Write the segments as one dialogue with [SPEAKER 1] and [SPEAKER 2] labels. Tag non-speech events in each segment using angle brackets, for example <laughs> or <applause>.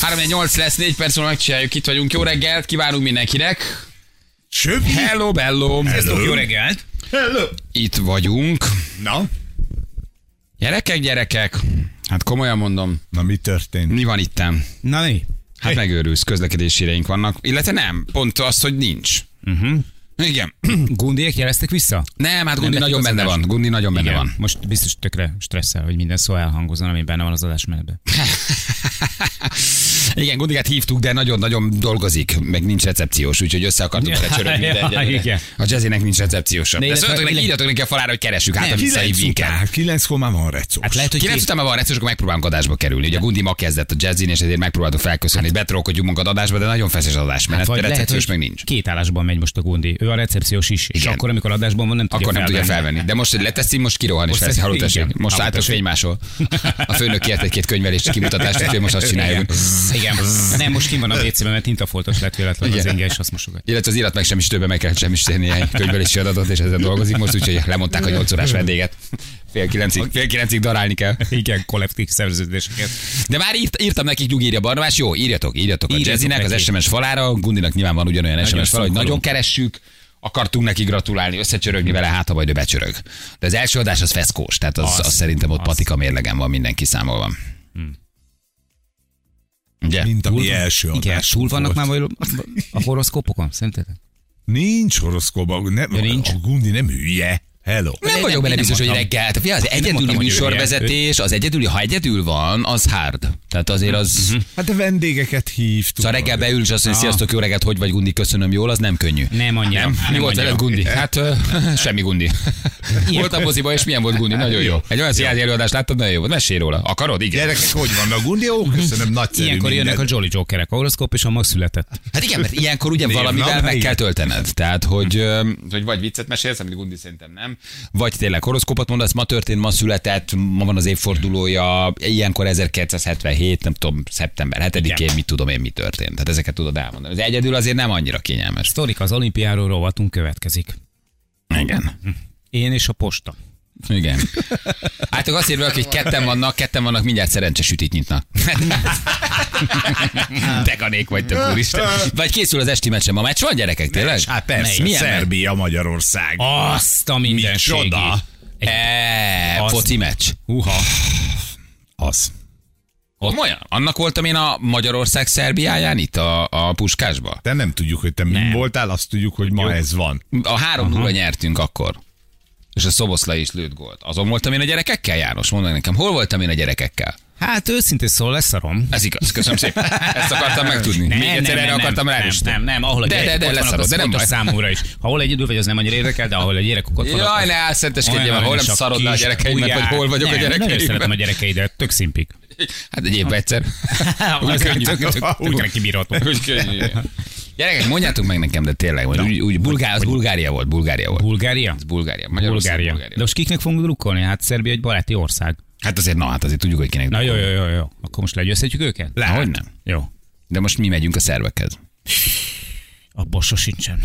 [SPEAKER 1] 3 8 lesz, 4 perc múlva megcsináljuk, itt vagyunk. Jó reggelt, kívánunk mindenkinek.
[SPEAKER 2] Csöpi?
[SPEAKER 1] Hello, bello.
[SPEAKER 2] Hello.
[SPEAKER 3] Jó reggelt!
[SPEAKER 2] Hello.
[SPEAKER 1] Itt vagyunk.
[SPEAKER 2] Na?
[SPEAKER 1] Gyerekek, gyerekek. Hát komolyan mondom,
[SPEAKER 2] Na mi történt?
[SPEAKER 1] mi van ittem?
[SPEAKER 3] Na mi?
[SPEAKER 1] Hát megőrülsz, közlekedési híreink vannak. Illetve nem, pont az, hogy nincs.
[SPEAKER 3] Mhm.
[SPEAKER 1] Uh-huh. Igen.
[SPEAKER 3] Gundiek jeleztek vissza?
[SPEAKER 1] Nem, hát Gundi
[SPEAKER 3] nekik
[SPEAKER 1] nagyon
[SPEAKER 3] az
[SPEAKER 1] benne
[SPEAKER 3] adás.
[SPEAKER 1] van. Gundi nagyon benne van. <laughs>
[SPEAKER 3] Most biztos tökre stresszel, hogy minden szó elhangozon, ami benne van az adásmenetben.
[SPEAKER 1] Igen, Gundigát hívtuk, de nagyon-nagyon dolgozik, meg nincs recepciós, úgyhogy össze akartuk
[SPEAKER 3] Ja,
[SPEAKER 1] vele csörögni, de
[SPEAKER 3] ja,
[SPEAKER 1] egyelőre
[SPEAKER 3] igen.
[SPEAKER 1] a jazzinek nincs recepciósa.
[SPEAKER 3] De
[SPEAKER 1] De
[SPEAKER 3] illetve-
[SPEAKER 1] szóljatok neki,
[SPEAKER 3] illetve-
[SPEAKER 1] írjatok neki a falára, hogy keressük, hát a
[SPEAKER 2] Kilenc
[SPEAKER 1] visszahívvinket.
[SPEAKER 2] után, kilenckor már van recós.
[SPEAKER 3] Hát lehet, hogy
[SPEAKER 1] Kilenc
[SPEAKER 3] két...
[SPEAKER 1] után már van recesz, akkor megpróbálunk adásba kerülni. Ugye a Gundi ma kezdett a jazzin, és ezért megpróbáltuk felköszönni,
[SPEAKER 3] Hát-
[SPEAKER 1] hogy betrókodjuk magunkat adásba, de nagyon feszes adás, mert hát, recepciós meg nincs.
[SPEAKER 3] két állásban megy most a Gundi. Ő a recepciós is, és
[SPEAKER 1] Igen.
[SPEAKER 3] akkor, amikor adásban van, nem tudja
[SPEAKER 1] Akkor nem tudja
[SPEAKER 3] felvenni.
[SPEAKER 1] felvenni. De most, hogy leteszi, most kirohan és
[SPEAKER 3] Most
[SPEAKER 1] veszi
[SPEAKER 3] ez-
[SPEAKER 1] halótessék.
[SPEAKER 3] igen.
[SPEAKER 1] Most látos
[SPEAKER 3] Halotessék.
[SPEAKER 1] fénymásol. A főnök kért egy-két könyvelést, kimutatást, úgyhogy most azt csináljuk.
[SPEAKER 3] Igen. Igen. Nem, most kim van a WC-ben, mert tintafoltos lett véletlenül az
[SPEAKER 1] Igen.
[SPEAKER 3] inge, és azt
[SPEAKER 1] <laughs>
[SPEAKER 3] mosogat.
[SPEAKER 1] Illetve az irat meg sem is többen meg kell sem is tenni egy könyvelési adatot, és ezzel dolgozik most, úgyhogy lemondták a 8 órás vendéget. Fél kilencig, fél kilencig darálni kell.
[SPEAKER 3] Igen, kollektív szerződéseket.
[SPEAKER 1] De már írt, írtam nekik, nyugírja Barnabás, jó, írjatok, írjatok a
[SPEAKER 3] Írjatok
[SPEAKER 1] Jazzinek, az
[SPEAKER 3] neki.
[SPEAKER 1] SMS falára, Gundinak nyilván van ugyanolyan
[SPEAKER 3] Nagyon
[SPEAKER 1] SMS fal, hogy
[SPEAKER 3] szurkolunk.
[SPEAKER 1] nagyon keressük, akartunk neki gratulálni, összecsörögni vele, hát ha majd ő becsörög. De az első adás az feszkós, tehát az, az,
[SPEAKER 3] Az.
[SPEAKER 1] az szerintem ott
[SPEAKER 3] Az.
[SPEAKER 1] patika mérlegen van mindenki számolva. Ugye?
[SPEAKER 2] Mint a
[SPEAKER 3] Túl
[SPEAKER 2] mi
[SPEAKER 3] van-
[SPEAKER 2] első
[SPEAKER 3] Igen, hát
[SPEAKER 2] adásunk
[SPEAKER 3] túl vannak
[SPEAKER 2] volt.
[SPEAKER 3] már vajon a horoszkópokon, szerintetek?
[SPEAKER 2] Nincs horoszkóba, nem,
[SPEAKER 3] Ja, nincs.
[SPEAKER 2] a Gundi nem hülye. Hello.
[SPEAKER 1] Nem
[SPEAKER 3] Én
[SPEAKER 1] vagyok
[SPEAKER 3] nem-
[SPEAKER 1] benne
[SPEAKER 3] én nem
[SPEAKER 1] biztos, hogy
[SPEAKER 3] mondtam.
[SPEAKER 1] reggel. Tehát, az egyedüli
[SPEAKER 3] mondtam, hogy ő
[SPEAKER 1] műsorvezetés, az egyedüli, ha egyedül van, az hard. Tehát azért
[SPEAKER 3] Mhm.
[SPEAKER 1] az...
[SPEAKER 2] Hát a vendégeket hívtuk.
[SPEAKER 1] Szóval reggel beül, és azt mondja, sziasztok, jó reggelt, hogy vagy Gundi, köszönöm jól, az nem könnyű.
[SPEAKER 3] Nem annyira.
[SPEAKER 1] Nem? Mi
[SPEAKER 3] Nem
[SPEAKER 1] volt
[SPEAKER 3] annyira.
[SPEAKER 1] veled Gundi? Hát ö, <laughs> semmi Gundi. volt a moziba, és milyen volt Gundi? Nagyon jó. Egy olyan színházi előadást láttad, nagyon jó volt. Mesélj róla. Akarod? Igen.
[SPEAKER 2] Gyerekek, hogy vannak Gundi? Ó, köszönöm, nagyszerű
[SPEAKER 3] Mhm. Ilyenkor jönnek a
[SPEAKER 2] mindent.
[SPEAKER 3] Jolly Jokerek, a horoszkóp és a ma született.
[SPEAKER 1] Hát igen, mert ilyenkor ugye
[SPEAKER 2] Névnap,
[SPEAKER 1] valamivel meg
[SPEAKER 2] igen.
[SPEAKER 1] kell töltened. Tehát, hogy, ö, hogy vagy viccet mesélsz, amit Gundi szerintem nem, vagy tényleg horoszkópot mondasz, ma történt, ma született, ma van az évfordulója, ilyenkor 1277, nem tudom, szeptember 7-én,
[SPEAKER 3] Igen.
[SPEAKER 1] mit tudom én, mi történt. Tehát ezeket tudod elmondani. Az egyedül azért nem annyira kényelmes.
[SPEAKER 3] Sztorik az olimpiáról rovatunk következik.
[SPEAKER 1] Igen.
[SPEAKER 3] Én és a posta.
[SPEAKER 1] Igen. Hát akkor azt írva, hogy ketten vannak, ketten vannak, mindjárt szerencsesütit
[SPEAKER 3] <laughs>
[SPEAKER 1] nyitnak. Deganék vagy te úristen. Vagy készül az esti meccs, ma meccs van gyerekek, tényleg?
[SPEAKER 2] Hát persze,
[SPEAKER 1] Milyen meccs?
[SPEAKER 2] Szerbia, Magyarország.
[SPEAKER 3] Azt a mindenségét.
[SPEAKER 2] Micsoda?
[SPEAKER 3] Egy-
[SPEAKER 1] E,
[SPEAKER 3] Az-
[SPEAKER 1] foci meccs.
[SPEAKER 3] Húha.
[SPEAKER 2] Az.
[SPEAKER 1] Komolyan? Annak voltam én a Magyarország Szerbiáján itt a, a Puskásba.
[SPEAKER 2] Te nem tudjuk, hogy te mi voltál, azt tudjuk, hogy ma ez van.
[SPEAKER 1] A három 0 nyertünk akkor. És a Szoboszlai is lőtt gólt. Azon voltam én a gyerekekkel, János? Mondd meg nekem, hol voltam én a gyerekekkel?
[SPEAKER 3] Hát őszintén szól, leszarom.
[SPEAKER 1] Ez igaz, köszönöm szépen. Ezt akartam megtudni. Még egyszer erre akartam
[SPEAKER 3] nem,
[SPEAKER 1] rá
[SPEAKER 3] nem, nem, ahol a
[SPEAKER 1] De, de,
[SPEAKER 3] gyerekek
[SPEAKER 1] de,
[SPEAKER 3] ott vannak,
[SPEAKER 1] leszarod,
[SPEAKER 3] az
[SPEAKER 1] de nem
[SPEAKER 3] fontos
[SPEAKER 1] baj.
[SPEAKER 3] számomra is. Ha hol egyedül vagy, az nem annyira érdekel, de ahol a gyerekek ott vannak.
[SPEAKER 1] Jaj,
[SPEAKER 3] az-
[SPEAKER 1] ne álszenteskedjél már, hol nem
[SPEAKER 3] Olyan is
[SPEAKER 1] szarod le a
[SPEAKER 3] kis
[SPEAKER 1] gyerekeimet,
[SPEAKER 3] ujját.
[SPEAKER 1] vagy hol vagyok a
[SPEAKER 3] Nem, Nagyon szeretem a
[SPEAKER 1] gyerekeimet.
[SPEAKER 3] gyerekeidet, tök szimpik.
[SPEAKER 1] Hát egy évben
[SPEAKER 3] <laughs>
[SPEAKER 1] egyszer. <laughs>
[SPEAKER 3] Az
[SPEAKER 1] Úgy
[SPEAKER 3] könnyű.
[SPEAKER 1] könnyű.
[SPEAKER 3] Úgy neki bírható.
[SPEAKER 1] Úgy könnyű. Gyerekek, mondjátok meg nekem, de tényleg, hogy úgy, úgy Bulgá, az Bulgária volt, Bulgária volt.
[SPEAKER 3] Bulgária?
[SPEAKER 1] Bulgária. Magyarország,
[SPEAKER 3] Bulgária. De most kiknek fogunk drukkolni? Hát Szerbia egy baráti ország.
[SPEAKER 1] Hát azért, na hát azért tudjuk, hogy kinek.
[SPEAKER 3] Na jó, jó, jó, jó. Akkor most legyőzhetjük őket?
[SPEAKER 1] Lehet. Hogy nem.
[SPEAKER 3] Jó.
[SPEAKER 1] De most mi megyünk a szervekhez.
[SPEAKER 3] Abból sosincsen.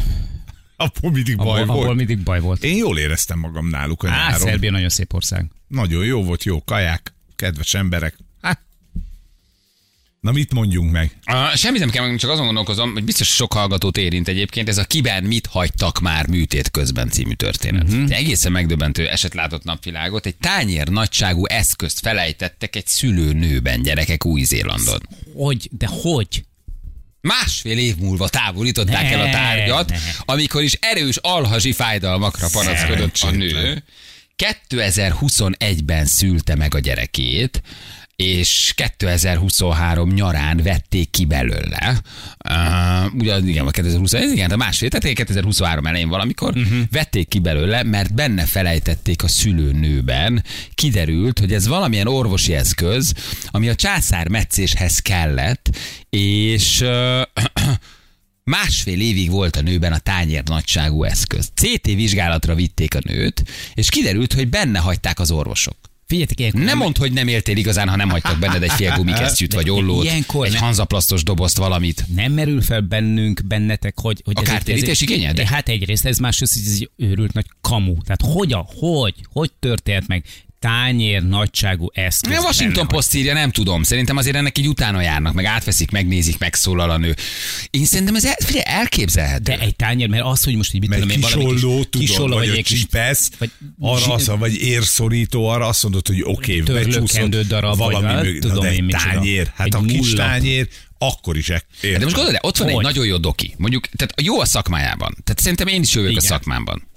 [SPEAKER 2] Abból mindig baj
[SPEAKER 3] Abból, abból
[SPEAKER 2] volt.
[SPEAKER 3] mindig baj volt.
[SPEAKER 2] Én jól éreztem magam náluk a
[SPEAKER 3] Á,
[SPEAKER 2] nyáron.
[SPEAKER 3] Szerbia nagyon szép ország.
[SPEAKER 2] Nagyon jó volt, jó kaják, kedves emberek. Hát. Na mit mondjunk meg?
[SPEAKER 1] Uh, semmit nem kell, meg csak azon gondolkozom, hogy biztos sok hallgatót érint egyébként, ez a kiben mit hagytak már műtét közben című történet.
[SPEAKER 3] Mhm.
[SPEAKER 1] Uh-huh. Egészen megdöbbentő eset látott napvilágot, egy tányér nagyságú eszközt felejtettek egy szülőnőben gyerekek Új-Zélandon.
[SPEAKER 3] Hogy, de hogy?
[SPEAKER 1] Másfél év múlva távolították el a
[SPEAKER 3] Ne,
[SPEAKER 1] tárgyat,
[SPEAKER 3] ne.
[SPEAKER 1] amikor is erős alhasi fájdalmakra panaszkodott a nő. 2021-ben szülte meg a gyerekét, és 2023 nyarán vették ki belőle. Uh, ugyan, igen, a 2021, igen, a másfél, tehát 2023 elején valamikor uh-huh. vették ki belőle, mert benne felejtették a szülőnőben. Kiderült, hogy ez valamilyen orvosi eszköz, ami a császármetszéshez kellett, és uh, Másfél évig volt a nőben a tányér nagyságú eszköz. CT vizsgálatra vitték a nőt, és kiderült, hogy benne hagyták az orvosok.
[SPEAKER 3] Figyeljetek, ilyenkor
[SPEAKER 1] Nem mondd, hogy nem éltél igazán, ha nem hagytak benned egy fél <laughs> gumikesztyűt, vagy ollót,
[SPEAKER 3] ilyenkor
[SPEAKER 1] egy
[SPEAKER 3] nem-
[SPEAKER 1] hanzaplasztos dobozt, valamit.
[SPEAKER 3] nem merül fel bennünk, bennetek, hogy... hogy
[SPEAKER 1] A
[SPEAKER 3] ez egy-
[SPEAKER 1] kártérítés
[SPEAKER 3] ez egy-
[SPEAKER 1] igénye? De-
[SPEAKER 3] Hát egyrészt ez másrészt, hogy ez egy őrült nagy kamu. Tehát hogy, a, hogy, hogy történt meg? tányér nagyságú eszköz.
[SPEAKER 1] A Washington
[SPEAKER 3] benne,
[SPEAKER 1] Post írja, nem tudom. Szerintem azért ennek így utána járnak, meg átveszik, megnézik, megszólal a nő. Én szerintem ez el, figyelj, elképzelhető.
[SPEAKER 3] De egy tányér, mert az, hogy most így mit
[SPEAKER 2] Mert
[SPEAKER 3] tudom én, valami kis-
[SPEAKER 2] kisolló, tudod,
[SPEAKER 3] kisolló,
[SPEAKER 2] vagy,
[SPEAKER 3] egy
[SPEAKER 2] vagy
[SPEAKER 3] kis
[SPEAKER 2] csipesz,
[SPEAKER 3] vagy
[SPEAKER 2] vagy, arra
[SPEAKER 3] zsi-
[SPEAKER 2] azt, mondod, vagy érszorító, arra azt mondod, hogy oké, okay,
[SPEAKER 3] Törlőkendő
[SPEAKER 2] becsúszott
[SPEAKER 3] darab,
[SPEAKER 2] valami
[SPEAKER 3] vagy
[SPEAKER 2] mögé.
[SPEAKER 3] tudom
[SPEAKER 2] Na, de
[SPEAKER 3] én
[SPEAKER 2] egy
[SPEAKER 3] micsoda.
[SPEAKER 2] tányér, hát
[SPEAKER 3] Egy
[SPEAKER 2] a kis
[SPEAKER 3] mulla.
[SPEAKER 2] tányér, akkor is e- ek-
[SPEAKER 1] De most gondolj, ott van egy
[SPEAKER 3] Hogy?
[SPEAKER 1] nagyon jó doki. Mondjuk, tehát jó a szakmájában. Tehát szerintem én is jövök a
[SPEAKER 3] Igen.
[SPEAKER 1] szakmámban.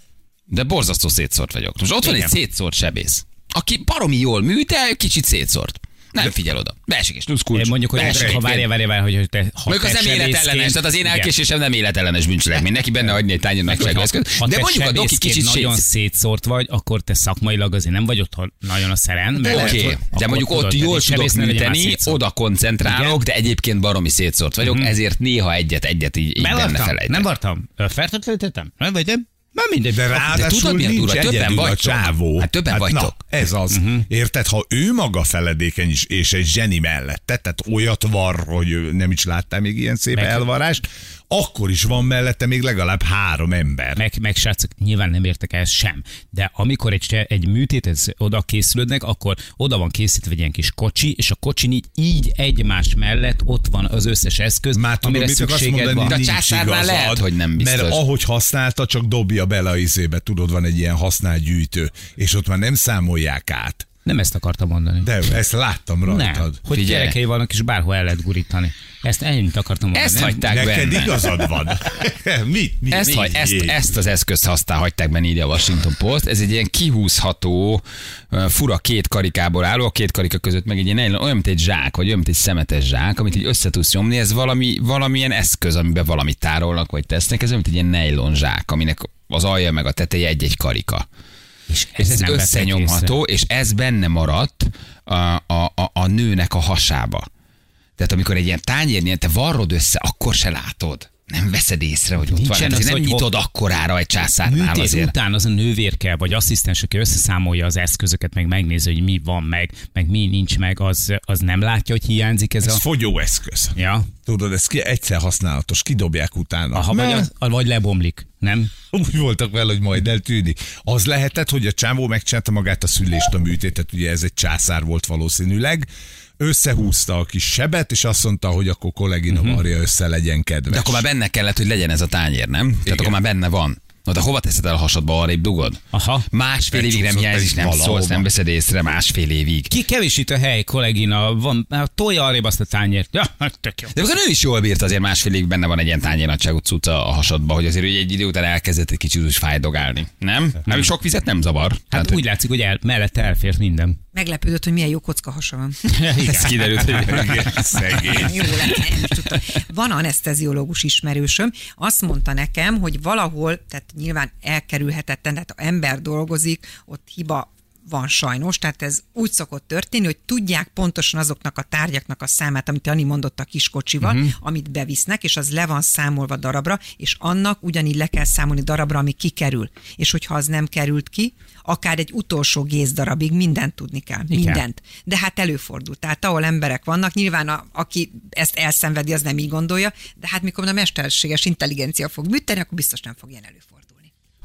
[SPEAKER 1] De borzasztó szétszórt vagyok. Most ott van
[SPEAKER 3] Igen.
[SPEAKER 1] egy szétszórt sebész, aki baromi jól mű, de kicsit szétszórt. Nem figyel oda. Beesik és tudsz kulcs.
[SPEAKER 3] Én Mondjuk, hogy
[SPEAKER 1] Beesik
[SPEAKER 3] ha
[SPEAKER 1] egy
[SPEAKER 3] várja,
[SPEAKER 1] fél-
[SPEAKER 3] várja, várja, hogy te, ha
[SPEAKER 1] Mondjuk
[SPEAKER 3] te
[SPEAKER 1] az nem
[SPEAKER 3] sebészként-
[SPEAKER 1] életellenes, tehát az én
[SPEAKER 3] Igen.
[SPEAKER 1] elkésésem nem életellenes bűncselekmény. Neki benne hagyni egy tányér nagyságú
[SPEAKER 3] Hogyha-
[SPEAKER 1] eszköz.
[SPEAKER 3] ha
[SPEAKER 1] De
[SPEAKER 3] te
[SPEAKER 1] mondjuk a doki
[SPEAKER 3] sebészként
[SPEAKER 1] kicsit
[SPEAKER 3] nagyon
[SPEAKER 1] szétszórt.
[SPEAKER 3] szétszórt vagy, akkor te szakmailag azért nem vagy otthon nagyon a szeren.
[SPEAKER 1] Oké,
[SPEAKER 3] mert
[SPEAKER 1] okay.
[SPEAKER 3] akkor
[SPEAKER 1] de mondjuk
[SPEAKER 3] tudod,
[SPEAKER 1] ott
[SPEAKER 3] tehát
[SPEAKER 1] jól
[SPEAKER 3] egy
[SPEAKER 1] tudok
[SPEAKER 3] sebésznél legyen már
[SPEAKER 1] műteni,
[SPEAKER 3] szétszórt. Mhm.
[SPEAKER 1] oda koncentrálok, de egyébként baromi szétszórt vagyok, ezért néha egyet-egyet így, így benne
[SPEAKER 3] Bevartam,
[SPEAKER 1] felejtek.
[SPEAKER 3] nem vartam. Ö, Fertőtlenítettem? Nem vagy nem? Nem mindegy.
[SPEAKER 2] De
[SPEAKER 1] Hát, De
[SPEAKER 2] ráadásul
[SPEAKER 1] tudod, milyen
[SPEAKER 2] nincs
[SPEAKER 1] durva? Többen
[SPEAKER 2] egyedül a
[SPEAKER 1] vagytok.
[SPEAKER 2] csávó.
[SPEAKER 1] Hát többen vagytok. Mhm.
[SPEAKER 2] Na, ez az. Uh-huh. Érted, ha ő maga feledékeny is, és egy zseni mellette, tehát olyat var, hogy ő nem is láttál még ilyen szép
[SPEAKER 3] Meg-
[SPEAKER 2] elvarást, akkor is van mellette még legalább három ember.
[SPEAKER 3] Meg, meg srácok, nyilván nem értek el sem. De amikor egy, se- egy műtéthez oda készülődnek, akkor oda van készítve egy ilyen kis kocsi, és a kocsin így, így egymás mellett ott van az összes eszköz,
[SPEAKER 2] Már tudom,
[SPEAKER 3] amire
[SPEAKER 2] mit akarsz
[SPEAKER 3] szükséged
[SPEAKER 2] mondani,
[SPEAKER 3] van.
[SPEAKER 1] De a
[SPEAKER 2] nincs
[SPEAKER 1] császárnál
[SPEAKER 2] igazad,
[SPEAKER 1] lehet, hogy nem biztos.
[SPEAKER 2] Mert ahogy használta, csak dobja bele a izébe, tudod, van egy ilyen használt gyűjtő, és ott már nem számolják át.
[SPEAKER 3] Nem ezt akartam mondani.
[SPEAKER 2] De ezt láttam
[SPEAKER 3] nem,
[SPEAKER 2] rajtad.
[SPEAKER 3] hogy
[SPEAKER 1] Figyelj.
[SPEAKER 3] gyerekei vannak, és bárhol el lehet gurítani. Ezt ennyit akartam mondani.
[SPEAKER 1] Ezt
[SPEAKER 3] nem?
[SPEAKER 1] hagyták
[SPEAKER 2] Neked
[SPEAKER 1] benne. <laughs>
[SPEAKER 2] igazad van. mit? mit
[SPEAKER 1] Ezt,
[SPEAKER 2] mit,
[SPEAKER 1] hagy, ezt,
[SPEAKER 2] jé?
[SPEAKER 1] ezt az eszközt használ, hagyták benne ide a Washington Post. Ez egy ilyen kihúzható, ö, fura két karikából álló, a két karika között meg egy ilyen, nylon- olyan, mint egy zsák, vagy olyan, mint egy szemetes zsák, amit így össze tudsz nyomni. Ez valami, valamilyen eszköz, amiben valamit tárolnak, vagy tesznek. Ez olyan, mint egy ilyen nylon zsák, aminek az alja meg a teteje egy-egy karika.
[SPEAKER 3] És
[SPEAKER 1] És ez
[SPEAKER 3] nem vették észre.
[SPEAKER 1] összenyomható, és ez benne maradt a, a, a, a nőnek a hasába. Tehát amikor egy ilyen tányérnél te varrod össze, akkor se látod. Nem veszed észre, hogy ott
[SPEAKER 3] Nincsen
[SPEAKER 1] van. Hát
[SPEAKER 3] az,
[SPEAKER 1] azért nem
[SPEAKER 3] hogy
[SPEAKER 1] nyitod akkorára egy császárnál
[SPEAKER 3] Műtét
[SPEAKER 1] Hát azért.
[SPEAKER 3] után az a nővér kell, vagy asszisztens, aki összeszámolja az eszközöket, meg megnézi, hogy mi van meg, meg mi nincs meg, az, az nem látja, hogy hiányzik ez,
[SPEAKER 2] Ez
[SPEAKER 3] a...
[SPEAKER 2] fogyóeszköz.
[SPEAKER 3] Ja.
[SPEAKER 2] Tudod, ez ki, egyszer használatos, kidobják utána.
[SPEAKER 3] Aha, vagy,
[SPEAKER 2] Mert
[SPEAKER 3] az, vagy lebomlik, nem?
[SPEAKER 2] úgy voltak vele, hogy majd eltűnik. Az lehetett, hogy a csávó megcsinálta magát a szülést, a műtétet, ugye ez egy császár volt valószínűleg, összehúzta a kis sebet, és azt mondta, hogy akkor kollégina
[SPEAKER 3] Mhm.
[SPEAKER 2] uh-huh. Maria össze legyen kedves.
[SPEAKER 1] De akkor már benne kellett, hogy legyen ez a tányér, nem? Igen. Tehát akkor már benne van. Na de hova teszed el a hasadba, arrébb dugod?
[SPEAKER 3] Aha.
[SPEAKER 1] Másfél évig nem
[SPEAKER 2] Becsúszott
[SPEAKER 1] jelzik,
[SPEAKER 2] egy
[SPEAKER 1] nem
[SPEAKER 2] valahova.
[SPEAKER 1] szólsz, nem veszed észre, másfél évig.
[SPEAKER 3] Ki kevés itt a hely, kollégina, van, hát tolja arrébb azt a tányért. Ja, hát tök jó.
[SPEAKER 1] De akkor ő is jól bírt, azért másfél évig benne van egy ilyen tányér nagyságú cucca a hasadba, hogy azért ő egy idő után elkezdett egy kicsit úgy fájdogálni. Nem? Nem sok vizet nem zavar.
[SPEAKER 3] <laughs> Hát úgy látszik, hogy el, mellette elfért minden.
[SPEAKER 4] Meglepődött, hogy milyen jó kocka hasa van.
[SPEAKER 1] ez kiderült, hogy
[SPEAKER 2] Szegény.
[SPEAKER 4] <laughs> Jó lett, nem is tudtam. Van anesteziológus ismerősöm, azt mondta nekem, hogy valahol, tehát nyilván elkerülhetetlen, tehát ha ember dolgozik, ott hiba van sajnos, tehát ez úgy szokott történni, hogy tudják pontosan azoknak a tárgyaknak a számát, amit Ani mondott a kiskocsival, uh-huh. amit bevisznek, és az le van számolva darabra, és annak ugyanígy le kell számolni darabra, ami kikerül. És hogyha az nem került ki, akár egy utolsó géz darabig mindent tudni kell.
[SPEAKER 3] Igen.
[SPEAKER 4] Mindent mindent. De hát előfordul. Tehát ahol emberek vannak, nyilván a, aki ezt elszenvedi, az nem így gondolja, de hát mikor a mesterséges intelligencia fog műteni, akkor biztos nem fog ilyen előfordulni.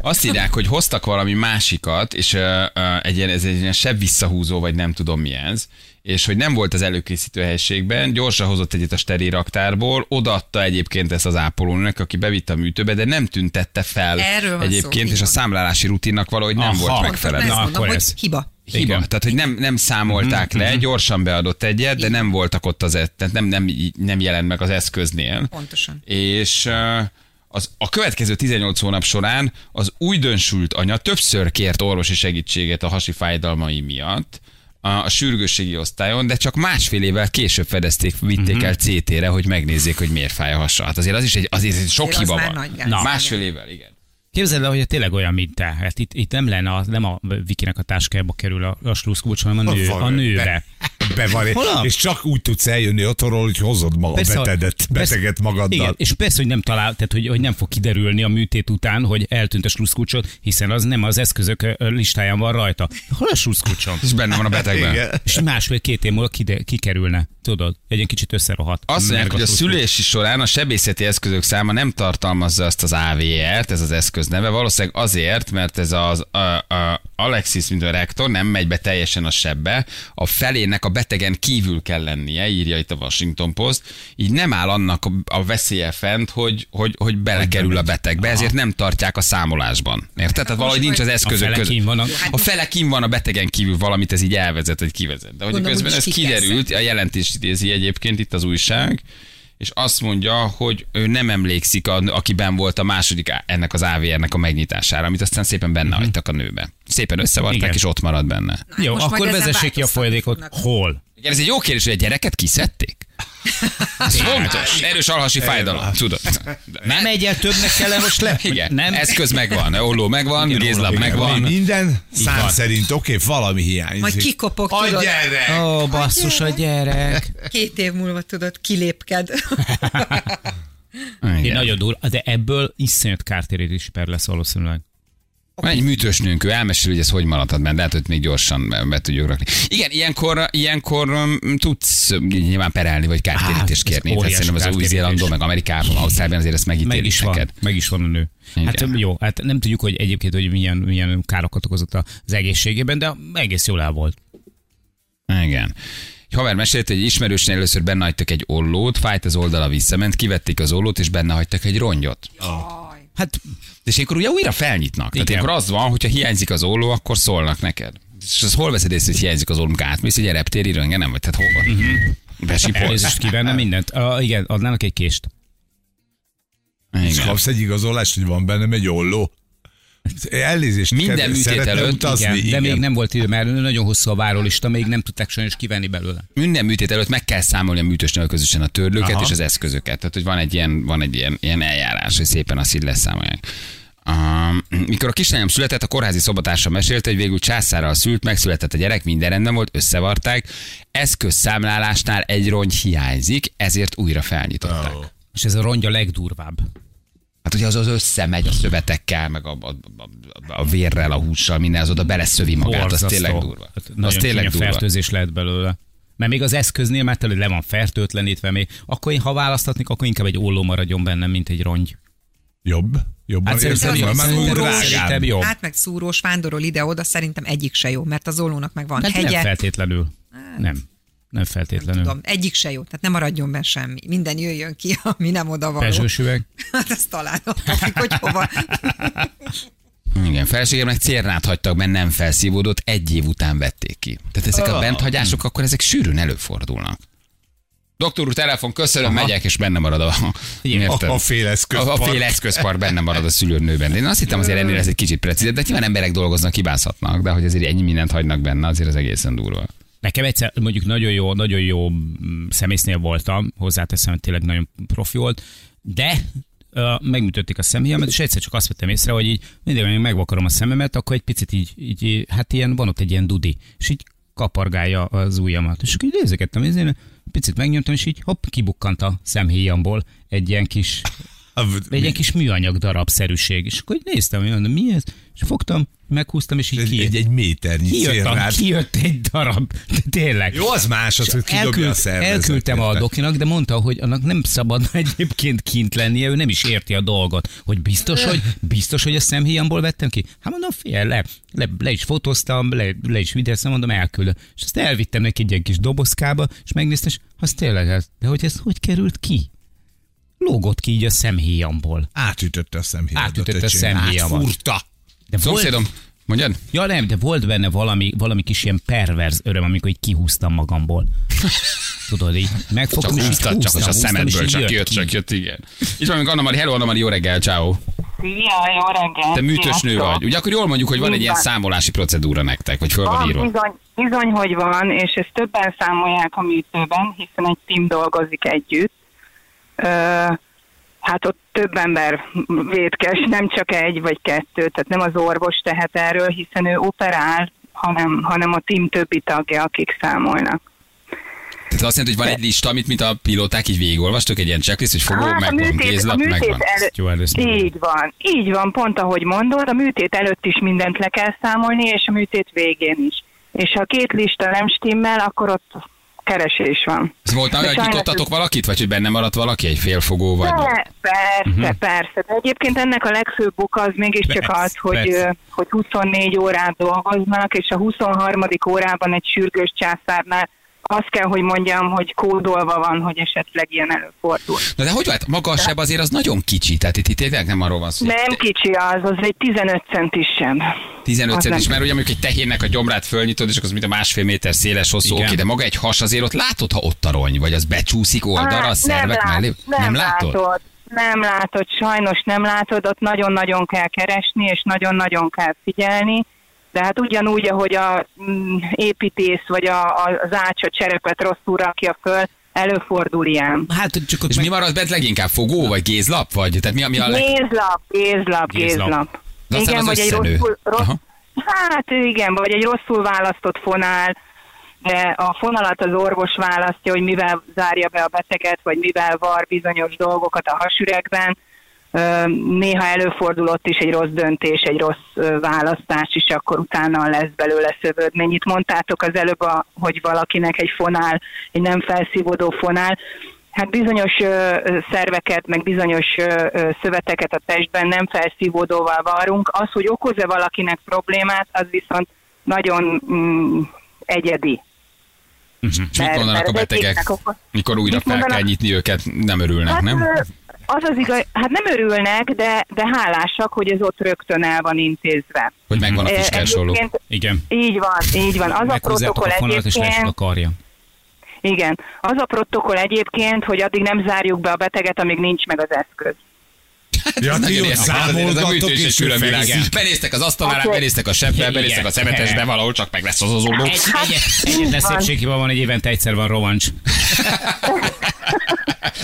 [SPEAKER 1] Azt írják, hogy hoztak valami másikat, és ö, ö, egy ilyen, ez egy ilyen sebb visszahúzó, vagy nem tudom mi ez, és hogy nem volt az előkészítő helységben, gyorsan hozott egyet a steril raktárból, odaadta egyébként ezt az ápolónőnek, aki bevitte a műtőbe, de nem tüntette fel
[SPEAKER 4] Erről van szó,
[SPEAKER 1] egyébként,
[SPEAKER 4] így
[SPEAKER 1] és a
[SPEAKER 4] van.
[SPEAKER 1] számlálási rutinnak valahogy nem
[SPEAKER 3] Aha.
[SPEAKER 1] volt
[SPEAKER 3] Pont,
[SPEAKER 4] Pont
[SPEAKER 1] megfelelő.
[SPEAKER 4] ezt
[SPEAKER 3] Na,
[SPEAKER 4] mondom,
[SPEAKER 3] akkor
[SPEAKER 4] hogy
[SPEAKER 3] ez.
[SPEAKER 4] hiba.
[SPEAKER 1] Hiba.
[SPEAKER 3] Igen.
[SPEAKER 1] Tehát, hogy nem, nem számolták le, gyorsan beadott egyet, de nem voltak ott az, e- tehát nem, nem, nem jelent meg az eszköznél.
[SPEAKER 4] Pontosan.
[SPEAKER 1] És ö, az, a következő 18 hónap során az újdonsült anya többször kért orvosi segítséget a hasi fájdalmai miatt a, a sürgősségi osztályon, de csak másfél évvel később fedezték, vitték el CT-re, hogy megnézzék, hogy miért fáj a hasa. Hát azért az is egy, azért egy sok
[SPEAKER 4] Azért az
[SPEAKER 1] hiba
[SPEAKER 4] már
[SPEAKER 1] van.
[SPEAKER 4] nagy gáz. Na.
[SPEAKER 1] Másfél évvel, igen.
[SPEAKER 3] Képzeld el, hogy tényleg olyan, mint te. Hát itt, itt nem lenne, a, nem a Vikinek a táskájába kerül a, a sluszkulcs, hanem a, nő,
[SPEAKER 2] van
[SPEAKER 3] a
[SPEAKER 2] ő,
[SPEAKER 3] nőre.
[SPEAKER 2] be van,
[SPEAKER 3] Hol a-
[SPEAKER 2] és csak úgy tudsz eljönni otthonról, hogy hozod maga
[SPEAKER 3] Persze,
[SPEAKER 2] beteget,
[SPEAKER 3] hogy-
[SPEAKER 2] beteget
[SPEAKER 3] persze-
[SPEAKER 2] magaddal.
[SPEAKER 3] Igen, és persze, hogy nem talál, tehát hogy, hogy nem fog kiderülni a műtét után, hogy eltűnt a sluszkulcsot, hiszen az nem az eszközök ö, ö, listáján van rajta. Hol a sluszkulcsom?
[SPEAKER 1] És benne van a betegben.
[SPEAKER 2] Igen.
[SPEAKER 3] És másfél-két év múlva kide, kikerülne, tudod, egy ilyen kicsit összerohat.
[SPEAKER 1] Azt mondják, hogy a
[SPEAKER 3] Sluszkulcs.
[SPEAKER 1] szülési során a sebészeti eszközök száma nem tartalmazza azt az AVR-t, ez az eszköz neve, valószínűleg azért, mert ez az a, a Alexis, mint a rektor, nem megy be teljesen a sebbe, a felének a betegen kívül kell lennie, írja itt a Washington Post, így nem áll annak a- a veszélye fent, hogy, hogy, hogy belekerül a betegbe, ezért nem tartják a számolásban. Érted? Tehát valahogy nincs az eszközök
[SPEAKER 3] fele
[SPEAKER 1] között.
[SPEAKER 3] kín van a-
[SPEAKER 1] A fele kim van a betegen kívül valamit, ez így elvezet, vagy kivezet. De hogy
[SPEAKER 4] Gondolom,
[SPEAKER 1] közben ez
[SPEAKER 4] úgyis kikeszed.
[SPEAKER 1] kiderült, a jelentést idézi egyébként itt az újság, és azt mondja, hogy ő nem emlékszik, a, aki ben volt a második á- ennek az AVR-nek a megnyitására, amit aztán szépen benne hagytak a nőbe. Szépen összevarták,
[SPEAKER 3] Mhm. Igen.
[SPEAKER 1] és ott marad benne.
[SPEAKER 4] Hát
[SPEAKER 3] Jó,
[SPEAKER 4] most majd
[SPEAKER 3] akkor
[SPEAKER 4] ezen
[SPEAKER 3] vezessék ki a
[SPEAKER 4] változtatni
[SPEAKER 3] folyadékot.
[SPEAKER 4] fognak.
[SPEAKER 3] Hol?
[SPEAKER 1] Igen, ez egy jó kérdés, hogy a gyereket kiszedték? Ez fontos. Erős alhasi fájdalom, tudod.
[SPEAKER 3] Nem egyel többnek kellene most <laughs> le.
[SPEAKER 1] Igen,
[SPEAKER 3] Nem?
[SPEAKER 1] eszköz megvan, olló megvan,
[SPEAKER 3] Igen,
[SPEAKER 1] gézlap
[SPEAKER 3] olló, igen.
[SPEAKER 1] megvan.
[SPEAKER 2] Minden szám
[SPEAKER 3] van.
[SPEAKER 2] szerint, oké, valami hiányzik.
[SPEAKER 4] Majd kikopog,
[SPEAKER 2] Adj
[SPEAKER 4] tudod.
[SPEAKER 2] gyere!
[SPEAKER 3] Ó, basszus a gyerek.
[SPEAKER 4] Két év múlva tudod, kilépked.
[SPEAKER 1] Igen.
[SPEAKER 3] Én nagyon durva, de ebből iszonyat kártérítési per lesz valószínűleg.
[SPEAKER 1] Van egy műtős nőnk, ő elmesél, hogy ez hogy maradhat benne, de hát, hogy még gyorsan be, be tudjuk rakni. Igen, ilyenkor, ilyenkor um, tudsz um, nyilván perelni, vagy kártérítést
[SPEAKER 3] Á, Hát, ez
[SPEAKER 1] kérni. Tehát
[SPEAKER 3] óriási
[SPEAKER 1] szerintem az új
[SPEAKER 3] kártérítés.
[SPEAKER 1] zélandon, meg Amerikában, Ausztráliában azért ezt
[SPEAKER 3] Meg
[SPEAKER 1] megítélik
[SPEAKER 3] is van,
[SPEAKER 1] neked.
[SPEAKER 3] meg is van a nő. Hát
[SPEAKER 1] Igen.
[SPEAKER 3] jó, hát nem tudjuk, hogy egyébként, hogy milyen, milyen károkat okozott az egészségében, de egész jól el volt.
[SPEAKER 1] Igen. Egy haver mesélte, hogy egy ismerősnél először benne hagytak egy ollót, fájt az oldala visszament, kivették az ollót, és benne hagytak egy rongyot.
[SPEAKER 3] Hát
[SPEAKER 1] És akkor ugye újra felnyitnak. Igen.
[SPEAKER 3] Igen.
[SPEAKER 1] Tehát akkor az van, hogyha hiányzik az olló, akkor szólnak neked. És az hol veszed észre, hogy hiányzik az ollónk átmész, egy reptéri röngen, nem vagy, tehát hova? Uh-huh. Besipolsz.
[SPEAKER 3] elnézést kívánna mindent. A, igen, adnának egy kést.
[SPEAKER 2] És
[SPEAKER 1] Igen.
[SPEAKER 2] kapsz egy igazolást, hogy van bennem egy olló. Elnézést,
[SPEAKER 1] Minden
[SPEAKER 2] kedves,
[SPEAKER 1] műtét
[SPEAKER 2] szeretne
[SPEAKER 1] előtt,
[SPEAKER 2] utazni,
[SPEAKER 3] igen,
[SPEAKER 2] igen.
[SPEAKER 3] de még nem volt idő, mert nagyon hosszú a várólista, még nem tudták sajnos kivenni belőle.
[SPEAKER 1] minden műtét előtt meg kell számolni a műtősnél közösen a törlőket Aha.
[SPEAKER 2] Aha.
[SPEAKER 1] és az eszközöket. Tehát, hogy van egy ilyen, van egy ilyen, ilyen eljárás, hogy szépen azt így leszámolják. Um, mikor a kislányom született, a kórházi szobatársa mesélte, hogy végül császárral szült, megszületett a gyerek, minden rendben volt, összevarták. Eszközszámlálásnál egy rongy hiányzik, ezért újra felnyitották. Oh.
[SPEAKER 3] És ez a rongya legdurvább.
[SPEAKER 1] Hát ugye az az összemegy a szövetekkel, meg a, a, a, a vérrel, a hússal, minden, az oda beleszövi magát,
[SPEAKER 3] Borzasztó.
[SPEAKER 1] az tényleg durva.
[SPEAKER 3] Hát
[SPEAKER 1] Az
[SPEAKER 3] Nagyon
[SPEAKER 1] tényleg
[SPEAKER 3] tényleg
[SPEAKER 1] durva.
[SPEAKER 3] fertőzés lehet belőle. Mert még az eszköznél már tele le van fertőtlenítve még, akkor én, ha választatnék, akkor inkább egy olló maradjon bennem, mint egy rongy.
[SPEAKER 2] Jobb? Jobban
[SPEAKER 3] Hát szerintem
[SPEAKER 2] érzed?
[SPEAKER 3] jobb,
[SPEAKER 2] Már úgy
[SPEAKER 3] szerintem
[SPEAKER 2] drágán.
[SPEAKER 3] szerintem jobb.
[SPEAKER 4] <laughs> Hát meg szúrós, vándorol ide-oda, szerintem egyik se jó, mert az ollónak meg van
[SPEAKER 3] Hát nem
[SPEAKER 4] hegye.
[SPEAKER 3] feltétlenül. Nem. Nem
[SPEAKER 4] Hát- Nem
[SPEAKER 3] feltétlenül.
[SPEAKER 4] tudom, egyik se jó, tehát nem maradjon benne semmi. Minden jöjjön ki, <laughs> ami nem oda való.
[SPEAKER 3] Pezsős üveg.
[SPEAKER 4] <laughs> Hát ezt találom, hogy hova.
[SPEAKER 1] Igen, feleségemnek cérnát hagytak benne, nem felszívódott, egy év után vették ki. Tehát ezek
[SPEAKER 3] Ah.
[SPEAKER 1] a benthagyások, akkor ezek sűrűn előfordulnak. Doktor úr, telefon, köszönöm, Aha. megyek, és benne marad a...
[SPEAKER 3] Igen.
[SPEAKER 1] Érted?
[SPEAKER 2] A- a féleszközpark.
[SPEAKER 1] A, a fél eszközpark benne marad a szülőnőben. De Én azt hittem azért ennél ez egy kicsit precízebb, de nyilván emberek dolgoznak, hibázhatnak, de hogy azért ennyi mindent hagynak benne, azért az egészen durva.
[SPEAKER 3] Nekem egyszer mondjuk nagyon jó, nagyon jó mm, szemésznél voltam, hozzáteszem, hogy tényleg nagyon profi volt, de ö, megműtötték a szemhéjamat, és egyszer csak azt vettem észre, hogy így mindig, amikor megvakarom a szememet, akkor egy picit így, így, hát ilyen, van ott egy ilyen dudi, és így kapargálja az ujjamat. És akkor így nézegettem, nézni, picit megnyomtam, és így hopp, kibukkant a szemhéjamból egy ilyen kis egy ilyen kis műanyag darabszerűség. És akkor így néztem, hogy mondom, mi ez? És fogtam, meghúztam, és így
[SPEAKER 2] Egy, egy,
[SPEAKER 3] kijött.
[SPEAKER 2] egy méternyi
[SPEAKER 3] Kijött, a,
[SPEAKER 2] célrád.
[SPEAKER 3] kijött egy darab. <laughs> Tényleg.
[SPEAKER 2] hát- Jó, az más, az, hogy kidobja a szervezet.
[SPEAKER 3] elküldtem a
[SPEAKER 2] érted?
[SPEAKER 3] dokinak, de mondta, hogy annak nem szabadna <laughs> egyébként kint lennie, ő nem is érti a dolgot. Hogy biztos, hogy, biztos, hogy a szemhéjamból vettem ki? Hát mondom, fél, le, le, le is fotóztam, le, le is videóztam, mondom, elküldöm. És azt elvittem neki egy ilyen kis dobozkába, és megnéztem, és az tényleg, hát, de hogy ez hogy került ki? Lógott ki így a szemhéjamból.
[SPEAKER 2] Átütötte a szemhéjadat.
[SPEAKER 3] Átütötte a
[SPEAKER 2] öcsém. Hát
[SPEAKER 3] szemhéjamat. <laughs>
[SPEAKER 2] Átfúrta.
[SPEAKER 3] De volt,
[SPEAKER 1] Szomszédom, mondjad?
[SPEAKER 3] ja nem, de volt benne valami, valami kis ilyen perverz öröm, amikor így kihúztam magamból. Tudod, így megfogtam,
[SPEAKER 1] Csak
[SPEAKER 3] és így
[SPEAKER 1] húztad, csak
[SPEAKER 3] húztam,
[SPEAKER 1] az a
[SPEAKER 3] húztam, és
[SPEAKER 1] szemedből,
[SPEAKER 3] így
[SPEAKER 1] csak
[SPEAKER 3] jött
[SPEAKER 1] jött,
[SPEAKER 3] ki.
[SPEAKER 1] csak jött, igen. Itt van még Anna Mari, hello Anna Mari, jó reggel, ciao.
[SPEAKER 5] Szia, jó reggelt!
[SPEAKER 1] Te műtős nő
[SPEAKER 5] sziasztok.
[SPEAKER 1] vagy. Ugye akkor jól mondjuk, hogy van egy ilyen
[SPEAKER 5] Így van.
[SPEAKER 1] számolási procedúra nektek, vagy föl van
[SPEAKER 5] Van,
[SPEAKER 1] írva.
[SPEAKER 5] bizony, bizony, hogy van, és ezt többen számolják a műtőben, hiszen egy team dolgozik együtt. Ö, hát ott több ember vétkes, nem csak egy vagy kettő, tehát nem az orvos tehet erről, hiszen ő operál, hanem, hanem a team többi tagja, akik számolnak.
[SPEAKER 1] Tehát azt jelenti, hogy van egy lista, amit mint a pilóták így végigolvastok, egy ilyen checklist, hogy fogó,
[SPEAKER 5] Hát a
[SPEAKER 1] megvan,
[SPEAKER 5] műtét- a
[SPEAKER 1] kézlap,
[SPEAKER 5] műtét
[SPEAKER 1] megvan.
[SPEAKER 5] elő-
[SPEAKER 3] Jó, először megvan.
[SPEAKER 5] Így van, így van, pont ahogy mondod, a műtét előtt is mindent le kell számolni, és a műtét végén is. És ha a két lista nem stimmel, akkor ott keresés van.
[SPEAKER 1] Ez volt
[SPEAKER 5] De
[SPEAKER 1] olyan, hogy
[SPEAKER 5] sajnos
[SPEAKER 1] jutottatok valakit, vagy hogy benne maradt valaki, egy félfogó, vagy...
[SPEAKER 5] Per- Persze, uh-huh. persze. De egyébként ennek a legfőbb oka az mégiscsak
[SPEAKER 3] Mhm. Persze,
[SPEAKER 5] az, hogy,
[SPEAKER 3] persze.
[SPEAKER 5] ö, hogy 24 órát dolgoznak, és a 23. órában egy sürgős császárnál azt kell, hogy mondjam, hogy kódolva van, hogy esetleg ilyen előfordul.
[SPEAKER 1] Na de hogy lehet? Maga a seb azért az nagyon kicsi, tehát itt, itt tényleg nem arról van szó. hogy
[SPEAKER 5] Nem kicsi az, az egy 15 centis sem.
[SPEAKER 1] 15
[SPEAKER 5] Az nem.
[SPEAKER 1] centis, mert ugye mondjuk egy tehénnek a gyomrát fölnyitod, és akkor az mint a másfél méter széles hosszú,
[SPEAKER 3] Igen.
[SPEAKER 1] oké, de maga egy has azért ott látod, ha ott tarony, vagy az becsúszik oldalra a szervek
[SPEAKER 5] lát-
[SPEAKER 1] mellé?
[SPEAKER 5] Nem, látod? Nem látod, sajnos nem látod, ott nagyon-nagyon kell keresni, és nagyon-nagyon kell figyelni, de hát ugyanúgy, ahogy a mm, építész vagy a, a, az ács a cserepet rosszul rakja föl, előfordul ilyen.
[SPEAKER 3] Hát csak ott
[SPEAKER 1] És
[SPEAKER 3] meg...
[SPEAKER 1] mi marad bent leginkább? Fogó, vagy gézlap, vagy? Tehát mi, ami a leg...
[SPEAKER 5] Gézlap,
[SPEAKER 3] Gézlap.
[SPEAKER 5] gézlap, gézlap.
[SPEAKER 1] De aztán
[SPEAKER 5] Igen,
[SPEAKER 1] az
[SPEAKER 5] vagy egy
[SPEAKER 1] összenő.
[SPEAKER 5] rosszul, rossz,
[SPEAKER 1] Aha.
[SPEAKER 5] hát igen, vagy egy rosszul választott fonál, de a fonalat az orvos választja, hogy mivel zárja be a beteget, vagy mivel var bizonyos dolgokat a hasüregben. Ö, Néha előfordulott is egy rossz döntés, egy rossz ö, választás, és akkor utána lesz belőle szövődmény. Itt mondtátok az előbb, a- hogy valakinek egy fonál, egy nem felszívódó fonál, Hát bizonyos ö, ö, szerveket, meg bizonyos ö, ö, szöveteket a testben nem felszívódóval varrunk. Az, hogy okoz-e valakinek problémát, az viszont nagyon mm, egyedi.
[SPEAKER 1] És mit
[SPEAKER 5] Mert-
[SPEAKER 1] mondanak
[SPEAKER 5] mert
[SPEAKER 1] a
[SPEAKER 5] az
[SPEAKER 1] betegek,
[SPEAKER 5] egyiknek akkor-
[SPEAKER 1] mikor újra
[SPEAKER 5] hát, Mit
[SPEAKER 1] fel kell
[SPEAKER 5] mondanak?
[SPEAKER 1] nyitni őket, nem örülnek,
[SPEAKER 5] Hát,
[SPEAKER 1] nem?
[SPEAKER 5] ö, Az az igaz, hát nem örülnek, de, de hálásak, hogy ez ott rögtön el van intézve.
[SPEAKER 1] Hogy megvan a
[SPEAKER 5] Ö,
[SPEAKER 1] kiskersoló.
[SPEAKER 5] egyébként-
[SPEAKER 3] Igen.
[SPEAKER 5] Így van, így van. Az a
[SPEAKER 3] Meghúzzák
[SPEAKER 5] protokoll
[SPEAKER 3] a fonalat, és leesik a
[SPEAKER 5] egyébként,
[SPEAKER 3] karja.
[SPEAKER 5] igen, az a protokoll egyébként, hogy addig nem zárjuk be a beteget, amíg nincs meg az eszköz.
[SPEAKER 2] Ja, ti
[SPEAKER 1] Nagyon
[SPEAKER 2] ott
[SPEAKER 1] érdekes, ez a
[SPEAKER 2] számolgatok
[SPEAKER 1] műtős
[SPEAKER 2] és
[SPEAKER 1] és különvilág.
[SPEAKER 2] különvilág.
[SPEAKER 1] Benéztek az asztalára,
[SPEAKER 5] Akkor-
[SPEAKER 1] benéztek a sebbe,
[SPEAKER 3] Igen.
[SPEAKER 1] benéztek a szemetes, de valahol csak meg lesz az az oldó.
[SPEAKER 3] Egy, egyet, egyetlen
[SPEAKER 5] Hát, van.
[SPEAKER 3] szépséghiba van, egy évente egyszer van rovancs.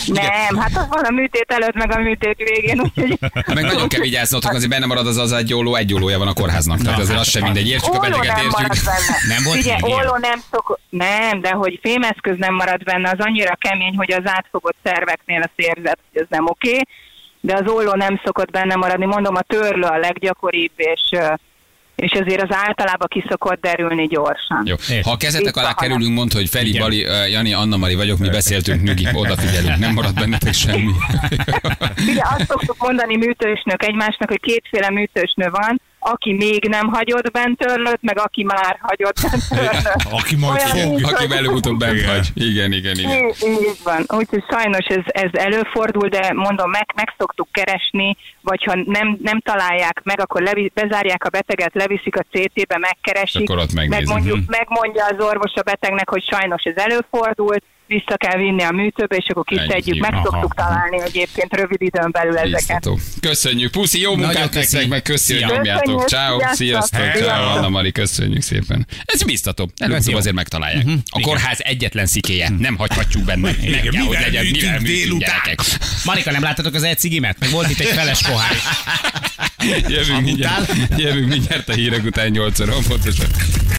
[SPEAKER 5] Nem, hát az van a műtét előtt, meg a műtét végén, úgyhogy...
[SPEAKER 1] Hát Meg nagyon kell vigyáznotok, azért benne marad az az egy óló, egy ólója van a kórháznak. Tehát azért
[SPEAKER 3] hát
[SPEAKER 1] az sem mindegy, értjük a
[SPEAKER 5] Olló
[SPEAKER 1] beteget,
[SPEAKER 5] nem marad
[SPEAKER 1] értjük.
[SPEAKER 3] <laughs>
[SPEAKER 5] benne.
[SPEAKER 3] Nem volt
[SPEAKER 5] Ugye,
[SPEAKER 3] még ilyen?
[SPEAKER 5] olló nem szok... Nem, de hogy fémeszköz nem marad benne, az annyira kemény, hogy az átfogott szerveknél a érzet, hogy ez nem oké, de az olló nem szokott benne maradni. Mondom, a törlő a leggyakoribb, és, ö, és azért az általában kiszokott derülni gyorsan.
[SPEAKER 1] Jó.
[SPEAKER 3] Értem.
[SPEAKER 1] Ha a kezetek alá
[SPEAKER 5] Itt van.
[SPEAKER 1] kerülünk, mondd, hogy Feli,
[SPEAKER 3] Igen.
[SPEAKER 1] Bali, ö, Jani, Anna Mari vagyok, mi beszéltünk, nyugi, odafigyelünk, nem marad bennetek semmi.
[SPEAKER 5] Ugye azt szoktuk mondani műtősnök egymásnak, hogy kétféle műtősnő van, aki még nem hagyott bent törlőt, meg aki már hagyott bent törlőt.
[SPEAKER 2] Aki majd
[SPEAKER 5] Olyan
[SPEAKER 2] fog.
[SPEAKER 5] nincs,
[SPEAKER 1] Aki
[SPEAKER 5] hogy-
[SPEAKER 1] előbb-utóbb bent vagy. Igen, igen, igen.
[SPEAKER 5] Így, így van. Úgyhogy sajnos ez, ez előfordul, de mondom, meg, meg szoktuk keresni, vagy ha nem, nem találják meg, akkor levi, bezárják a beteget, leviszik a CT-be, megkeresik.
[SPEAKER 1] És akkor ott Mhm. megnézik.
[SPEAKER 5] Megmondjuk, megmondja az orvos a betegnek, hogy sajnos ez előfordult, vissza kell vinni a műtőbe, és akkor kiszedjük.
[SPEAKER 1] Ennyi.
[SPEAKER 5] Meg
[SPEAKER 3] Aha.
[SPEAKER 5] szoktuk találni egyébként rövid időn belül ezeket.
[SPEAKER 1] Biztató. Köszönjük, puszi, jó munkát
[SPEAKER 3] köszi.
[SPEAKER 1] nektek, meg köszi, hogy
[SPEAKER 3] Szia.
[SPEAKER 1] nyomjátok.
[SPEAKER 5] Köszönjük,
[SPEAKER 1] Ciao,
[SPEAKER 5] sziasztok.
[SPEAKER 1] sziasztok, ciao,
[SPEAKER 5] Sziasztok.
[SPEAKER 1] Anna Mari, köszönjük szépen. Ez biztató, előbb
[SPEAKER 3] Köszi.
[SPEAKER 1] azért megtalálják. A kórház egyetlen szikéje,
[SPEAKER 3] Hm.
[SPEAKER 1] nem hagyhatjuk benne. Nem kell, hogy
[SPEAKER 2] mivel
[SPEAKER 1] legyen,
[SPEAKER 2] műtünk
[SPEAKER 1] mivel műtünk,
[SPEAKER 2] délután?
[SPEAKER 1] gyerekek. <laughs>
[SPEAKER 3] Marika, nem láttatok az e-cigimet? Meg volt itt egy feles pohár.
[SPEAKER 1] Jövünk mindjárt, jövünk mindjárt a hírek után 8 óra pontosan.